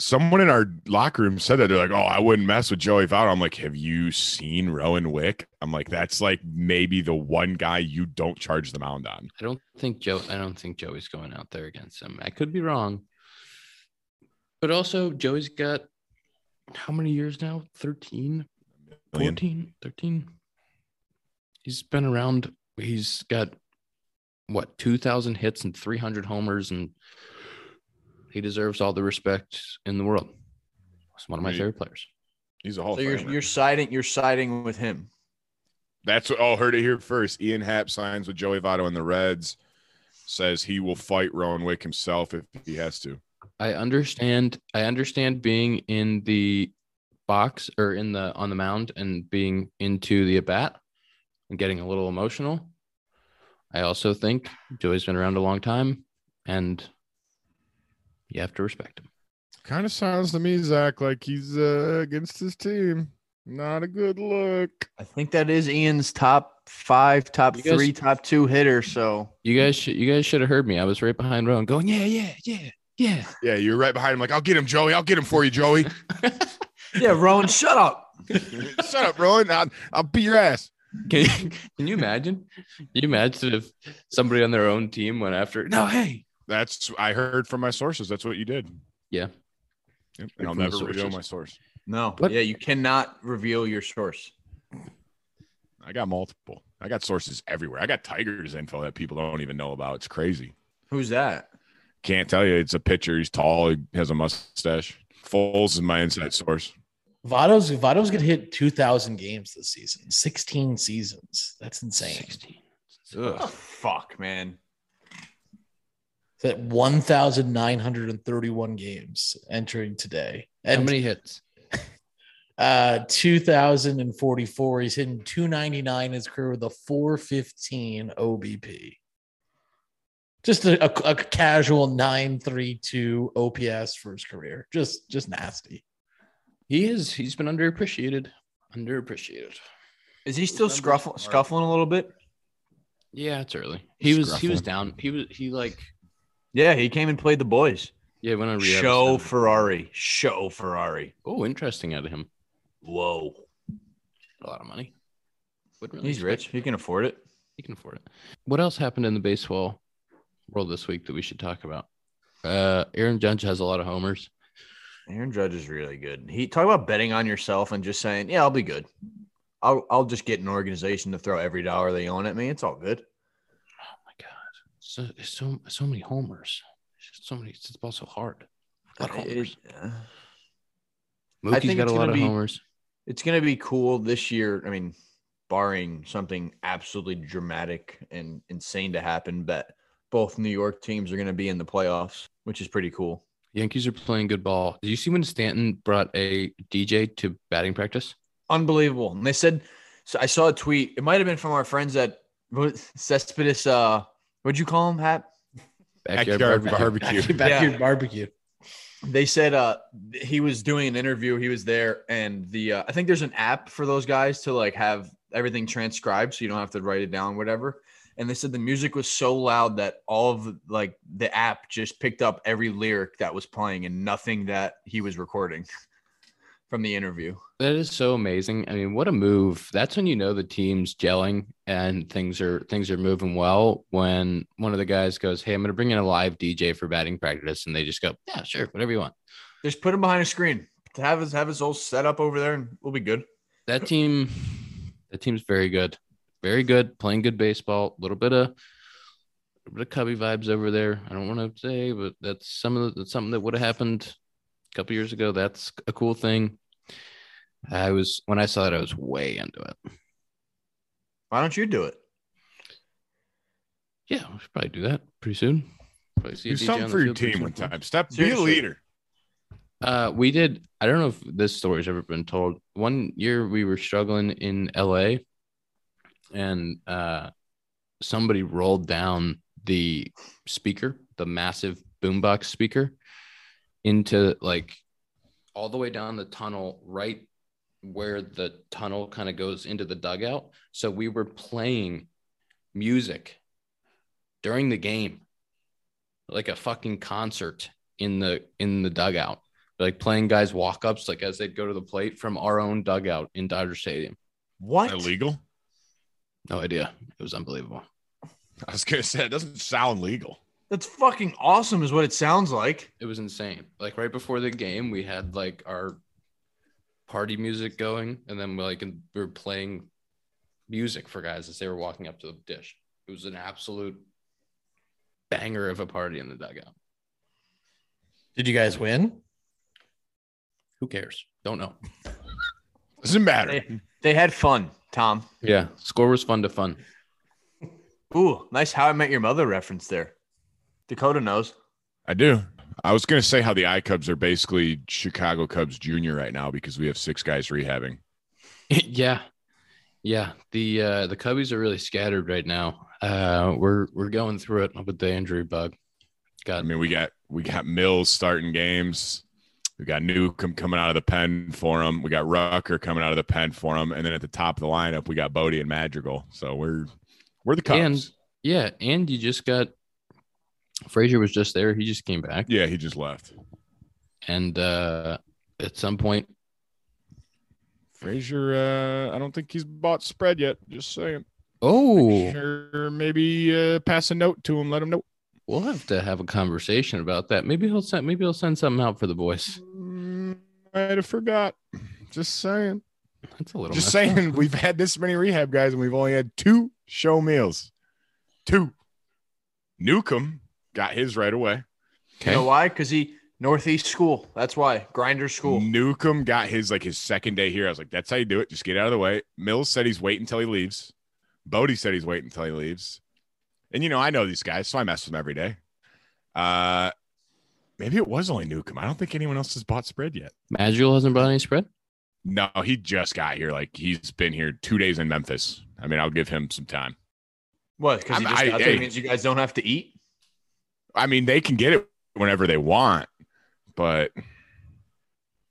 S3: Someone in our locker room said that they're like, oh, I wouldn't mess with Joey Votto. I'm like, have you seen Rowan Wick? I'm like, that's like maybe the one guy you don't charge the mound on.
S1: I don't think Joe I don't think Joey's going out there against him. I could be wrong. But also Joey's got how many years now? 13,
S3: Million.
S1: 14, 13. He's been around. He's got what 2,000 hits and 300 homers and He deserves all the respect in the world. He's one of my
S3: Agreed.
S1: favorite players.
S3: He's a Hall
S2: So
S3: of
S2: you're
S3: Famer.
S2: you're siding you're siding with him.
S3: That's what all heard it here first. Ian Happ signs with Joey Votto and the Reds. Says he will fight Rowan Wick himself if he has to.
S1: I understand. I understand being in the box or in the on the mound and being into the at bat and getting a little emotional. I also think Joey's been around a long time, and you have to respect him.
S3: Kind of sounds to me, Zach, like he's uh, against his team. Not a good look.
S2: I think that is Ian's top five, top
S1: You guys-
S2: three, top two hitter. So
S1: You guys, should, you guys should have heard me. I was right behind Rowan, going, "Yeah, yeah, yeah, yeah."
S3: Yeah, you're right behind him. Like, I'll get him, Joey. I'll get him for you, Joey.
S2: yeah, Rowan, shut up.
S3: Shut up, Rowan. I'll, I'll beat your ass.
S1: Can you, can you imagine? Can you imagine if somebody on their own team went after? No, hey,
S3: That's I heard from my sources. That's what you did.
S1: Yeah. Heard
S3: Yep, And I'll
S1: from the
S3: never reveal
S1: sources.
S3: my source.
S2: No,
S1: What?
S2: yeah, you cannot reveal your source.
S3: I got multiple. I got sources everywhere. I got Tigers info that people don't even know about. It's crazy.
S2: Who's that?
S3: Can't tell you. It's a pitcher. He's tall. He has a mustache. Foles is my inside source.
S4: Votto's Votto's gonna hit two thousand games this season. Sixteen seasons. That's insane.
S1: sixteen.
S2: Oh, fuck, man.
S4: That one thousand nine hundred and thirty-one games entering today.
S1: How
S4: And
S1: many hits?
S4: uh 2044 he's hitting 299 in his career with a 415 obp just a, a, a casual 932 ops for his career just just nasty
S1: He is. He's been underappreciated. Underappreciated.
S2: Is he still
S1: Numbers
S2: scruffle,
S1: are-
S2: scuffling a little bit?
S1: Yeah, it's early. He was. He was down. He was. He like.
S2: Yeah, he came and played the boys.
S1: Yeah, when I rehab.
S2: Show Ferrari. Show Ferrari.
S1: Oh, interesting out of him.
S2: Whoa.
S1: A lot of money. Wouldn't really
S2: He's
S1: expect-
S2: rich. He can afford it.
S1: He can afford it. What else happened in the baseball world this week that we should talk about? Uh, Aaron Judge has a lot of homers.
S2: Aaron Judge is really good. He talk about betting on yourself and just saying, "Yeah, I'll be good. I'll I'll just get an organization to throw every dollar they own at me. It's all good."
S1: Oh my god, so so so many homers. It's just So many. It's ball so hard. A lot of
S2: It-
S1: homers.
S2: uh, I
S1: Mookie's
S2: think
S1: got
S2: it's
S1: a
S2: gonna
S1: lot of
S2: be-
S1: homers.
S2: it's going to be cool this year. I mean, barring something absolutely dramatic and insane to happen, but both New York teams are going to be in the playoffs, which is pretty cool.
S1: Yankees are playing good ball. Did you see when Stanton brought a DJ to batting practice?
S2: Unbelievable. And they said, so I saw a tweet. It might have been from our friends at what- Cespedes. Uh, what'd you call him, Hap?
S3: Backyard barbecue.
S4: back, back here barbecue
S2: They said uh, he was doing an interview. He was there, and the uh, I think there's an app for those guys to like have everything transcribed, so you don't have to write it down, whatever. And they said the music was so loud that all of the- like the app just picked up every lyric that was playing and nothing that he was recording from the interview.
S1: That is so amazing. I mean, what a move. That's when you know the team's gelling and things are things are moving well when one of the guys goes, "Hey, I'm going to bring in a live DJ for batting practice." And they just go, "Yeah, sure, whatever you want."
S2: Just put him behind a screen. Have his have his whole setup over there, and we'll be good.
S1: That team that team's very good. Very good, playing good baseball, a little bit of a bit of cubby vibes over there. I don't want to say, but that's some of the, that's something that would have happened a couple years ago. That's a cool thing. I was when I saw that I was way into it.
S2: Why don't you do it?
S1: Yeah, we should probably do that pretty soon. Probably see a
S3: Do
S1: DJ
S3: something
S1: on
S3: for
S1: the
S3: your
S1: field
S3: team one
S1: pretty soon.
S3: time. Step, be a
S2: Seriously.
S3: leader.
S1: Uh, we did. I don't know if this story's ever been told. One year we were struggling in LA, and uh, somebody rolled down the speaker, the massive boombox speaker, into like all the way down the tunnel, right where the tunnel kind of goes into the dugout. So we were playing music during the game, like a fucking concert in the in the dugout, like playing guys walk ups, like as they'd go to the plate from our own dugout in Dodger Stadium.
S2: What?
S3: Illegal?
S1: No idea. It was unbelievable.
S3: I was gonna say it doesn't sound legal.
S2: That's fucking awesome, is what it sounds like.
S1: It was insane. Like right before the game, we had like our party music going, and then like and we were playing music for guys as they were walking up to the dish. It was an absolute banger of a party in the dugout.
S4: Did you guys win?
S1: Who cares? Don't know.
S3: Doesn't matter.
S2: They had fun, Tom.
S1: Yeah, score was fun to fun.
S2: Ooh, nice How I Met Your Mother reference there. Dakota knows.
S3: I do. I was going to say how the I Cubs are basically Chicago Cubs junior right now because we have six guys rehabbing.
S1: yeah, yeah. The uh, the Cubbies are really scattered right now. Uh, we're we're going through it with the injury bug.
S3: I
S1: Got
S3: mean, we got we got Mills starting games. We got Newcomb coming out of the pen for him. We got Rucker coming out of the pen for him, and then at the top of the lineup, we got Bodie and Madrigal. So we're we're the Cubs.
S1: And- yeah, and you just got Frazier was just there. He just came back.
S3: yeah, he just left.
S1: and uh, at some point,
S3: Frazier, uh, I don't think he's bought spread yet. Just saying.
S1: oh,
S3: Sure, maybe uh, pass a note to him. Let him know.
S1: we'll have to have a conversation about that. Maybe he'll send. Maybe he'll send something out for the boys.
S3: Mm, I'd have forgot. Just saying.
S1: That's a little.
S3: Just
S1: messed up.
S3: saying. We've had this many rehab guys, and we've only had two show meals. Two. Newcomb got his right away.
S1: Okay.
S2: You know why? Because he Northeast school. That's why grinder school.
S3: Mm. Newcomb got his like his second day here. I was like, that's how you do it. Just get out of the way. Mills said he's waiting until he leaves. Bodie said he's waiting until he leaves. And you know, I know these guys, so I mess with them every day. Uh maybe it was only Newcomb. I don't think anyone else has bought spread yet.
S1: Madrigal hasn't brought any spread.
S3: No, he just got here. Like he's been here two days in Memphis. I mean, I'll give him some time.
S2: What? Because he
S3: I'm-
S2: just
S3: I-
S2: got there. It
S3: hey.
S2: means you guys don't have to eat.
S3: I mean, they can get it whenever they want, but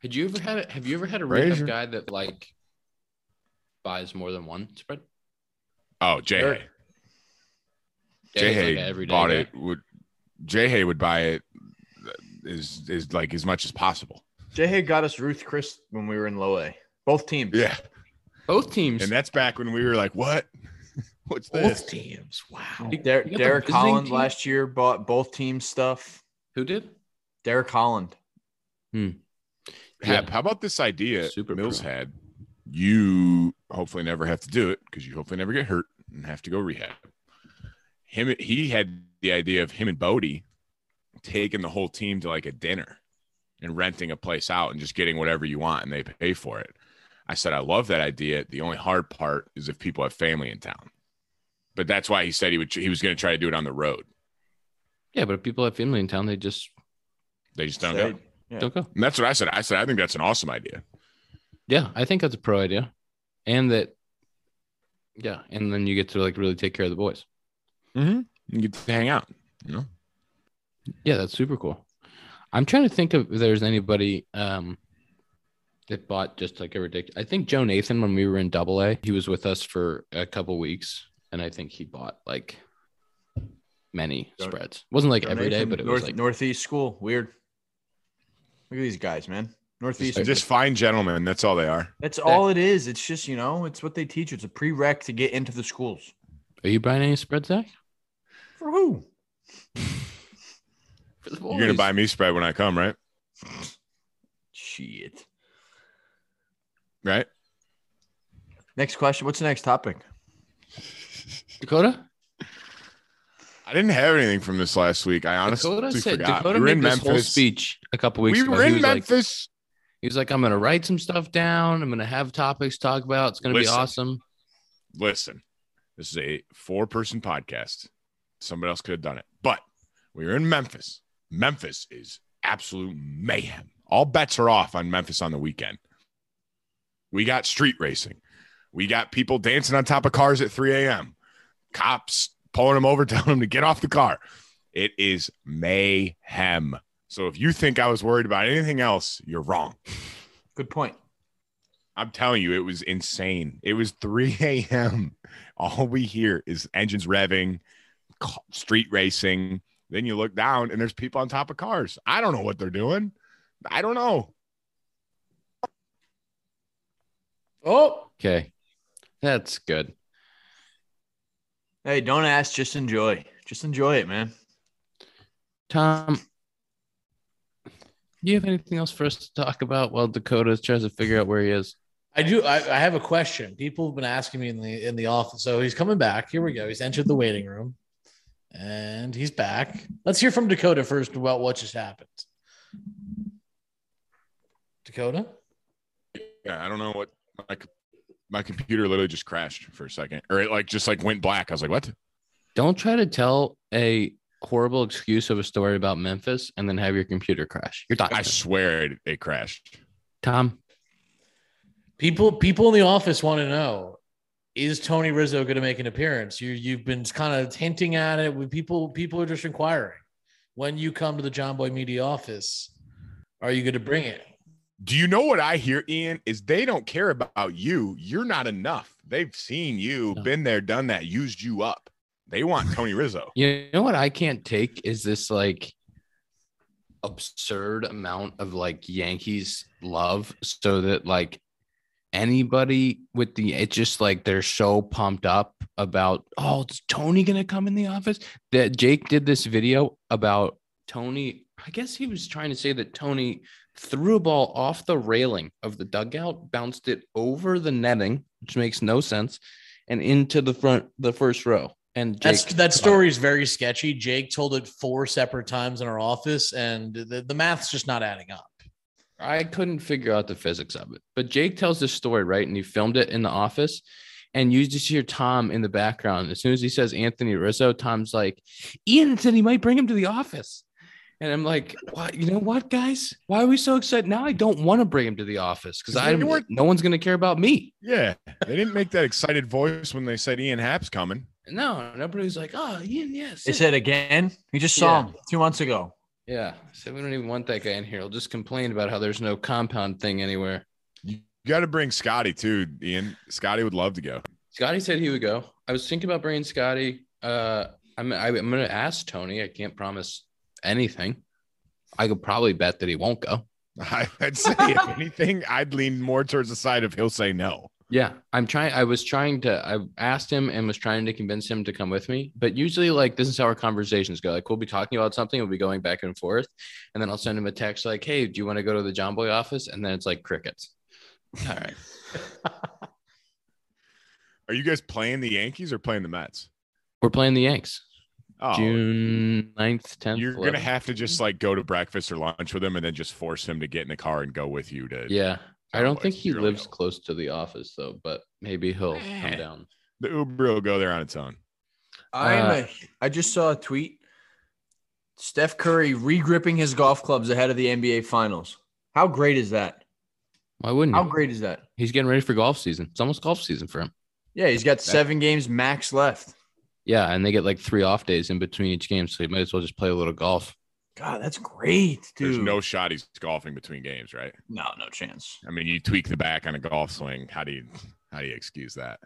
S1: Had you ever had? A, have you ever had a
S3: rehab
S1: rehab
S3: Frazier.
S1: guy that like buys more than one spread?
S3: oh, Jay,
S2: Sure.
S3: Hay. Jay Hay bought it. Would Jay Hay would buy it uh, is is like as much as possible.
S2: Jay Hay got us Ruth Chris when we were in low A. Both teams.
S3: Yeah,
S1: Both teams.
S3: and that's back when we were like, what? What's this?
S4: Both teams. Wow.
S1: You-
S2: Der-
S1: you got the
S2: Derek
S1: visiting
S2: Holland
S1: team?
S2: last year bought both teams stuff.
S1: Who did?
S2: Derek Holland.
S3: Hap,
S1: Yeah.
S3: how about this idea
S1: Super
S3: Mills
S1: pro.
S3: had? You hopefully never have to do it because you hopefully never get hurt and have to go rehab. Him, he had the idea of him and Bodie taking the whole team to like a dinner and renting a place out and just getting whatever you want and they pay for it. I said, I love that idea. The only hard part is if people have family in town. But that's why he said he would he was going to try to do it on the road.
S1: Yeah, but if people have family in town, they just
S3: They just don't
S2: Say-
S3: go.
S2: Yeah.
S1: don't go.
S3: And that's what I said. I said I think that's an awesome idea.
S1: Yeah, I think that's a pro idea, and that. Yeah, and then you get to like really take care of the boys.
S3: Mm-hmm. You get to hang out. You know.
S1: Yeah, that's super cool. I'm trying to think of if there's anybody um that bought just like a ridiculous. I think Joe Nathan when we were in Double A, he was with us for a couple weeks, and I think he bought like many
S2: Joe-
S1: spreads. wasn't like every day,
S2: Donation,
S1: but it
S2: North,
S1: was like
S2: Northeast school. Weird. Look at these guys, man. Northeast.
S3: They're just fine gentlemen. That's all they are.
S2: That's all it is. It's just, you know, it's what they teach. It's a prereq to get into the schools.
S1: Are you buying any spreads, Zach?
S2: For who?
S1: For the
S3: You're gonna buy me spread when I come, right?
S2: Shit.
S3: Right?
S2: Next question. What's the next topic?
S1: Dakota?
S3: I didn't have anything from this last week. I honestly
S1: Dakota said
S3: forgot.
S1: Dakota
S3: we were
S1: made
S3: in
S1: this whole
S3: Memphis.
S1: speech a couple weeks
S3: We
S1: ago.
S3: were
S1: he
S3: in
S1: was Like,
S3: Memphis.
S1: he was like, I'm gonna write some stuff down. I'm gonna have topics to talk about. It's gonna
S3: Listen.
S1: be awesome.
S3: Listen, this is a four-person podcast. Somebody else could have done it, but we were in Memphis. Memphis is absolute mayhem. All bets are off on Memphis on the weekend. We got street racing. We got people dancing on top of cars at 3 a.m. Cops pulling them over, telling them to get off the car. It is mayhem. So if you think I was worried about anything else, you're wrong.
S2: Good point.
S3: I'm telling you, it was insane. It was 3 a.m. All we hear is engines revving, ca- street racing. Then you look down and there's people on top of cars. I don't know what they're doing. I don't know.
S4: Oh,
S1: Okay. That's good.
S2: Hey, don't ask. Just enjoy. Just enjoy it, man.
S1: Tom, do you have anything else for us to talk about while Dakota tries to figure out where he is?
S4: I do. I, I have a question. People have been asking me in the in the office. So he's coming back. Here we go. He's entered the waiting room, and he's back. Let's hear from Dakota first about what just happened. Dakota.
S3: Yeah, I don't know what my c- my computer literally just crashed for a second, or it like just like went black. I was like, what?
S1: Don't try to tell a horrible excuse of a story about Memphis and then have your computer crash. You're
S3: I
S1: dying.
S3: swear it, it crashed.
S1: Tom,
S4: People people in the office want to know is Tony Rizzo going to make an appearance? You you've been kind of hinting at it. With people people are just inquiring. When you come to the John Boy Media office, are you going to bring it?
S3: Do you know what I hear, Ian? Is they don't care about you. You're not enough. They've seen you,
S1: No.
S3: been there, done that, used you up. They want Tony Rizzo.
S1: you know what I can't take is this like absurd amount of like Yankees love so that like anybody with the it's just like they're so pumped up about oh is Tony gonna come in the office that Jake did this video about Tony I guess he was trying to say that Tony threw a ball off the railing of the dugout bounced it over the netting which makes no sense and into the front the first row and Jake
S4: That's, that story is very sketchy. Jake told it four separate times in our office, and the, the math's just not adding up.
S1: I couldn't figure out the physics of it. But Jake tells this story, right? And he filmed it in the office. And you just hear Tom in the background. As soon as he says Anthony Rizzo, Tom's like, Ian said he might bring him to the office. And I'm like, what? You know what, guys? Why are we so excited? Now I don't want to bring him to the office because
S3: 'Cause
S1: I
S3: they weren't-
S1: no one's going to care about me.
S3: Yeah. They didn't make that excited voice when they said Ian Happ's coming.
S1: No, nobody's like, oh, Ian, yes.
S2: They said again. He just saw him two months ago.
S1: yeah. So we don't even want that guy in here. He'll just complain about how there's no compound thing anywhere.
S3: You got to bring Scotty too, Ian. Scotty would love to go.
S1: Scotty said he would go. I was thinking about bringing Scotty. Uh, I'm I, I'm gonna ask Tony. I can't promise anything. I could probably bet that he won't go.
S3: I'd say if anything, I'd lean more towards the side of he'll say no.
S1: Yeah, I'm trying. I was trying to. I asked him and was trying to convince him to come with me. But usually, like this is how our conversations go. Like we'll be talking about something, we'll be going back and forth, and then I'll send him a text like, "Hey, do you want to go to the John Boy office?" And then it's like crickets. All right.
S3: Are you guys playing the Yankees or playing the Mets?
S1: We're playing the Yanks
S3: Oh,
S1: June 9th, 10th.
S3: you're gonna
S1: 11th.
S3: have to just like go to breakfast or lunch with him, and then just force him to get in the car and go with you to.
S1: Yeah. I don't think
S3: Cowboys,
S1: he
S3: you're
S1: lives
S3: right.
S1: close to the office though, but maybe he'll come
S3: Eh.
S1: down.
S3: The Uber will go there on its own.
S2: I'm
S1: Uh,
S2: a, I just saw a tweet. Steph Curry regripping his golf clubs ahead of the NBA Finals. How great is that?
S1: Why wouldn't
S2: How
S1: he?
S2: great is that?
S1: He's getting ready for golf season. It's almost golf season for him.
S2: Yeah, he's got seven games max left.
S1: Yeah, and they get like three off days in between each game, so he might as well just play a little golf.
S2: God, that's great, dude.
S3: There's no shot he's golfing between games, right?
S2: no, no chance.
S3: I mean, you tweak the back on a golf swing. How do you how do you excuse that?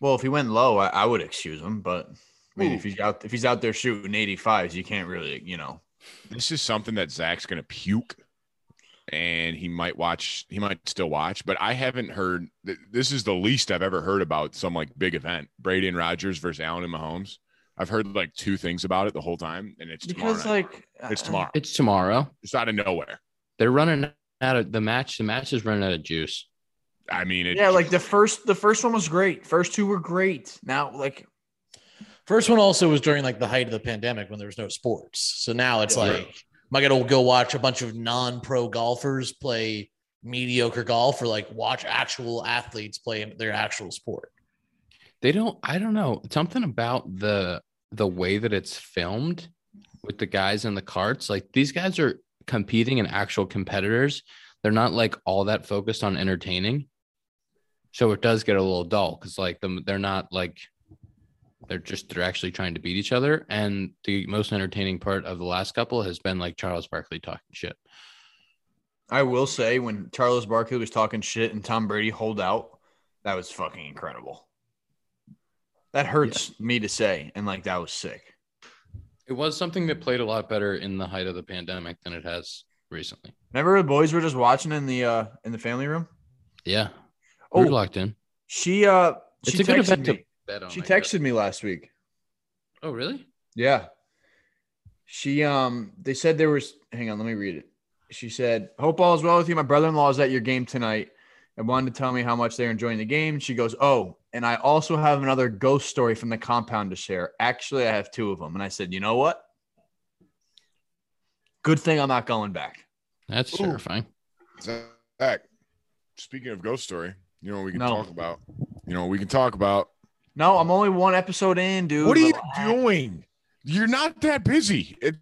S2: Well, if he went low, I, I would excuse him, but I mean,
S3: Ooh.
S2: if he's out if he's out there shooting 85s, you can't really, you know.
S3: This is something that Zach's gonna puke, and he might watch. He might still watch, but I haven't heard. th- This is the least I've ever heard about some like big event. Brady and Rogers versus Allen and Mahomes. I've heard like two things about it the whole time, and it's tomorrow.
S2: Because
S3: night.
S2: like
S3: it's
S2: uh,
S3: tomorrow.
S1: It's tomorrow.
S3: It's out of nowhere.
S1: They're running out of the match. The match is running out of juice.
S3: I mean, it,
S2: Yeah, like the first the first one was great. First two were great. Now like
S4: First one also was during like the height of the pandemic when there was no sports. So now it's
S3: Yeah.
S4: like, am I gonna go watch a bunch of non-pro golfers play mediocre golf, or like watch actual athletes play their actual sport?
S1: They don't. I don't know. Something about the the way that it's filmed with the guys in the carts. Like these guys are competing and actual competitors. They're not like all that focused on entertaining. So it does get a little dull because like them, they're not like they're just they're actually trying to beat each other. And the most entertaining part of the last couple has been like Charles Barkley talking shit.
S2: I will say when Charles Barkley was talking shit and Tom Brady hold out, that was fucking incredible. That hurts me to say, and like that was sick.
S1: It was something that played a lot better in the height of the pandemic than it has recently.
S2: Remember the boys were just watching in the uh in the family room?
S1: Yeah,
S2: Oh,
S1: we're locked in.
S2: she uh
S1: It's
S2: she
S1: a good
S2: texted
S1: event
S2: me.
S1: to bet on.
S2: she
S1: I guess.
S2: texted me last week.
S1: Oh, really?
S2: Yeah. She um they said there was hang on, let me read it. She said, Hope all is well with you. My brother-in-law is at your game tonight and wanted to tell me how much they're enjoying the game. She goes, Oh, and I also have another ghost story from the compound to share. Actually, I have two of them. And I said, You know what? Good thing I'm not going back.
S1: That's
S3: Ooh.
S1: terrifying.
S3: Zach, speaking of ghost story, you know what we can
S2: No.
S3: talk about? You know what we can talk about?
S2: No, I'm only one episode in, dude.
S3: what are you
S2: Relax.
S3: doing? You're not that busy. It-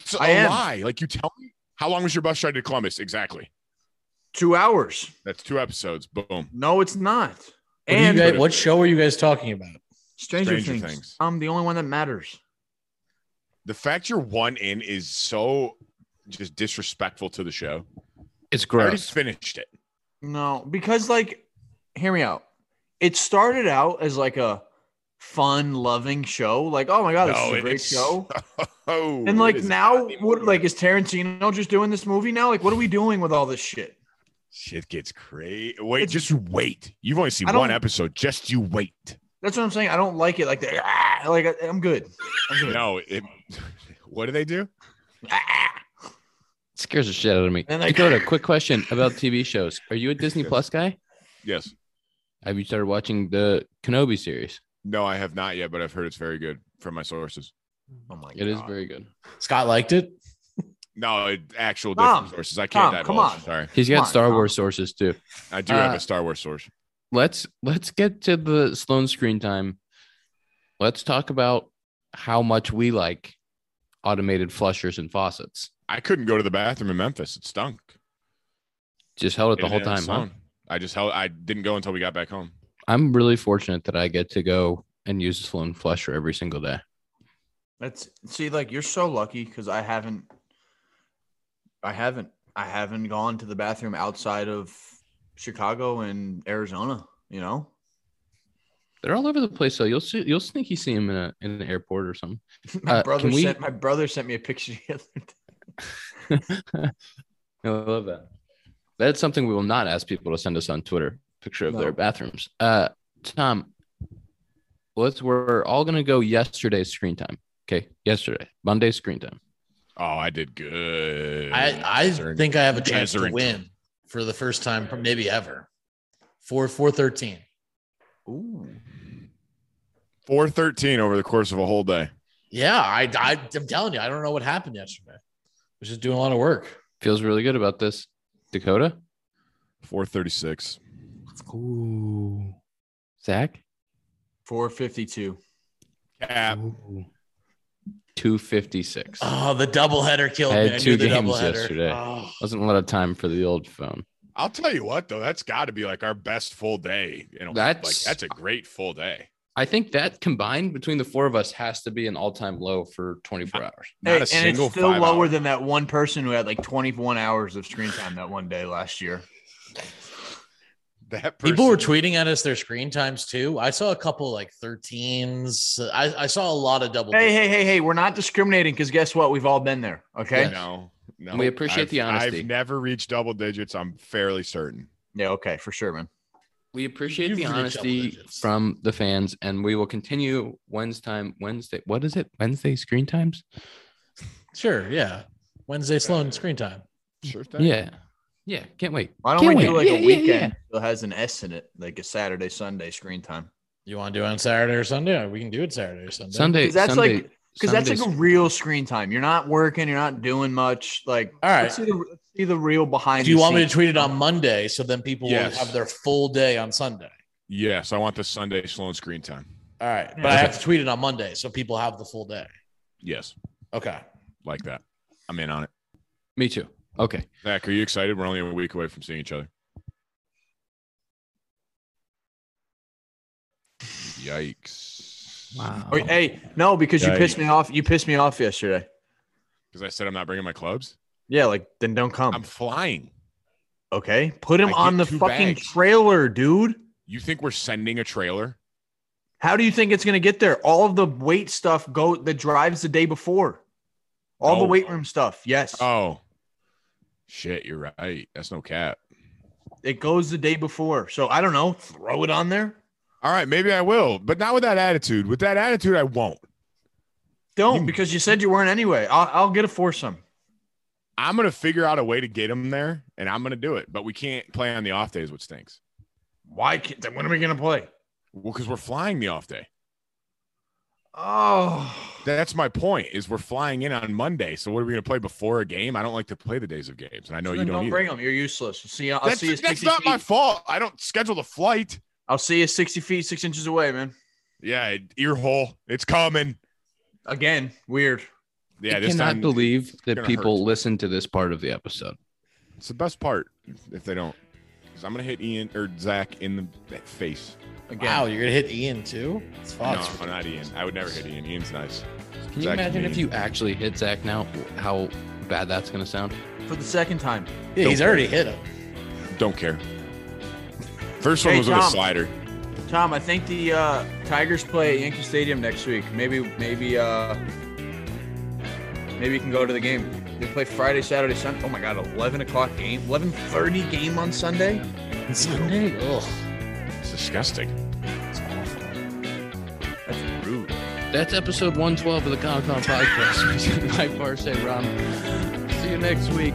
S3: It's a
S2: I am.
S3: lie. Like you tell me, how long was your bus ride to Columbus? Exactly.
S2: Two hours.
S3: That's two episodes. Boom.
S2: No, it's not.
S4: What, do you
S2: and
S4: guys- what show are you guys talking about?
S2: Stranger,
S3: Stranger
S2: Things.
S3: Things.
S2: I'm the only one that matters.
S3: The fact you're one in is so just disrespectful to the show.
S1: It's
S3: I already
S1: gross.
S3: finished it.
S2: No, because like, hear me out. It started out as like a fun, loving show. Like, oh my god, this
S3: No,
S2: is a great
S3: it's-
S2: show.
S3: Oh,
S2: And
S3: it
S2: like
S3: is
S2: now,
S3: not
S2: what
S3: anymore.
S2: like is Tarantino just doing this movie now? Like, what are we doing with all this shit?
S3: shit gets crazy. Wait,
S2: It's-
S3: just you wait. You've only seen
S2: I don't-
S3: one episode. Just you wait.
S2: That's what I'm saying. I don't like it. Like, the, ah, like I- I'm good. I'm good.
S3: No, it, what do they do?
S2: Ah.
S1: It scares the shit out of me.
S2: And
S1: And
S2: like-
S1: Dakota, quick question about TV shows. Are you a Disney Plus guy?
S3: Yes.
S1: Have you started watching the Kenobi series?
S3: No, I have not yet, but I've heard it's very good from my sources.
S2: Oh my god.
S1: It is very good.
S4: Scott liked it.
S3: No, it- actual
S2: Tom,
S3: different sources. I can't
S2: Tom,
S3: divulge.
S2: come on.
S3: Sorry,
S1: He's
S2: Come
S1: got
S2: on,
S1: Star
S2: Tom.
S1: Wars sources too.
S3: I do
S1: Uh,
S3: have a Star Wars source.
S1: Let's let's get to the Sloan screen time. Let's talk about how much we like automated flushers and faucets.
S3: I couldn't go to the bathroom in Memphis. It stunk
S1: Just held it the
S3: It
S1: whole
S3: didn't
S1: time. Huh?
S3: stone. I just held. I didn't go until we got back home.
S1: I'm really fortunate that I get to go and use the Sloan flusher every single day.
S2: That's see, like you're so lucky because I haven't, I haven't, I haven't gone to the bathroom outside of Chicago and Arizona. You know,
S1: They're all over the place, so you'll see you'll sneaky see them in a in an airport or something.
S2: my
S1: Uh,
S2: brother
S1: can we-
S2: sent my brother sent me a picture the other day.
S1: I love that. That's something we will not ask people to send us on Twitter. Picture of
S2: No.
S1: their bathrooms. Uh, Tom, let's we're all gonna go yesterday's screen time. Okay, yesterday, Monday's screen time.
S3: Oh, I did good.
S4: I, I think I have a chance to
S3: Desert.
S4: win for the first time, maybe ever. Four four thirteen.
S2: Ooh,
S3: four thirteen over the course of a whole day.
S4: Yeah, I, I I'm telling you, I don't know what happened yesterday. I was just doing a lot of work.
S1: Feels really good about this, Dakota.
S3: Four thirty six.
S1: Ooh, Zach.
S2: four fifty two.
S3: Cap.
S1: Two fifty six.
S4: Oh, the doubleheader killed
S1: I had
S4: me. I
S1: two
S4: knew the
S1: games
S4: doubleheader.
S1: yesterday.
S4: Oh.
S1: Wasn't a lot of time for the old phone.
S3: I'll tell you what though, that's got to be like our best full day. You know, like
S1: That's-
S3: that's a great full day.
S1: I think that combined between the four of us has to be an all time low for twenty four hours.
S3: Not
S2: Hey,
S3: a
S2: and
S3: single
S2: it's still
S3: five
S2: lower
S3: hour-
S2: than that one person who had like 21 hours of screen time that one day last year.
S3: That person,
S4: People were tweeting at us their screen times too. I saw a couple like 13s. I, I saw a lot of double.
S2: Hey, hey, hey, hey, we're not discriminating because guess what? We've all been there. Okay.
S4: Yeah.
S3: No, no.
S1: We appreciate
S3: I've-
S1: the honesty.
S3: I've never reached double digits. I'm fairly certain.
S2: Yeah. Okay. For sure, man.
S1: We appreciate
S4: You've
S1: the
S4: reached double
S1: honesty
S4: digits.
S1: from the fans, and we will continue Wednesday time. Wednesday, what is it? Wednesday screen times?
S4: Sure, yeah. Wednesday Sloan screen time.
S3: Sure thing.
S1: Yeah, yeah. Can't wait.
S2: Why don't
S1: Can't
S2: we do like
S1: wait.
S2: a
S1: Yeah, yeah,
S2: weekend
S1: yeah.
S2: that has an S in it, like a Saturday, Sunday screen time?
S4: You want to do it on Saturday or Sunday? We can do it Saturday or Sunday.
S1: Sunday.
S2: 'Cause that's
S1: Sunday,
S2: like- Because that's like
S1: Sunday's-
S2: a real screen time. You're not working. You're not doing much. Like,
S4: All right.
S2: let's see the, let's see the real behind.
S4: Do you
S2: the
S4: want me to
S2: scenes.
S4: tweet it on Monday so then people
S3: Yes.
S4: will have their full day on Sunday?
S3: Yes, I want the Sunday Sloan screen time.
S4: All right. But I
S2: Okay.
S4: have to tweet it on Monday so people have the full day.
S3: Yes,
S4: Okay.
S3: like that. I'm in on it.
S1: Me too. Okay.
S3: Zach, are you excited? We're only a week away from seeing each other. Yikes!
S1: Wow.
S2: Or- Oh, hey, no, because you
S3: Yeah,
S2: pissed
S3: you-
S2: me off. You pissed me off yesterday.
S3: Because I said I'm not bringing my clubs.
S2: Yeah, like then don't come.
S3: I'm flying.
S2: okay, put him
S3: I
S2: on the
S3: get two
S2: fucking
S3: bags.
S2: trailer, dude.
S3: You think we're sending a trailer?
S2: How do you think it's gonna get there? All of the weight stuff go the drives the day before. All the
S3: No.
S2: weight room stuff. Yes,
S3: Oh, shit! You're right. That's no cap.
S2: it goes the day before. So I don't know. Throw it on there.
S3: All right, maybe I will, but not with that attitude. With that attitude, I won't.
S2: Don't
S3: You-
S2: because you said you weren't anyway. I'll, I'll get a foursome.
S3: I'm gonna figure out a way to get him there, and I'm gonna do it. But we can't play on the off days, which stinks.
S2: Why? Can't, then when are we gonna play?
S3: Well, because we're flying the off day.
S2: Oh,
S3: That's my point. Is we're flying in on Monday, so what are we going to play before a game? I don't like to play the days of games, and I know you
S2: Then
S3: don't. either.
S2: bring them. You're useless. I'll see you. I'll
S3: that's
S2: see you.
S3: that's
S2: 60
S3: not
S2: feet.
S3: my fault. I don't schedule the flight.
S2: I'll see you 60 feet, six inches away, man.
S3: Yeah, ear hole. It's coming.
S2: Again, weird.
S3: Yeah,
S1: I
S3: this
S1: cannot
S3: time
S1: believe that
S3: gonna
S1: people
S3: hurt.
S1: listen to this part of the episode.
S3: it's the best part. If they don't, because I'm going to hit Ian or Zach in the face.
S2: Again.
S4: Wow, you're gonna hit Ian too? It's
S3: No,
S4: Fox.
S3: not Ian. I would never hit Ian. Ian's nice.
S1: Oh, Can you
S3: Zach's
S1: imagine if
S3: mean.
S1: you actually hit Zach now? How bad that's going to sound?
S2: For the second time.
S4: Yeah, he's already hit him.
S3: Don't care. First one
S2: Hey,
S3: was with a
S2: Tom.
S3: slider.
S2: Tom, I think the uh, Tigers play at Yankee Stadium next week. Maybe, maybe, uh, maybe you can go to the game. They play Friday, Saturday, Sunday. Oh my God, 11 o'clock game, 11:30 game on Sunday.
S4: Sunday. Ugh.
S3: It's disgusting.
S2: That's rude.
S1: That's episode 112 of the Comic Con podcast. presented by Farce Rom. See you next week.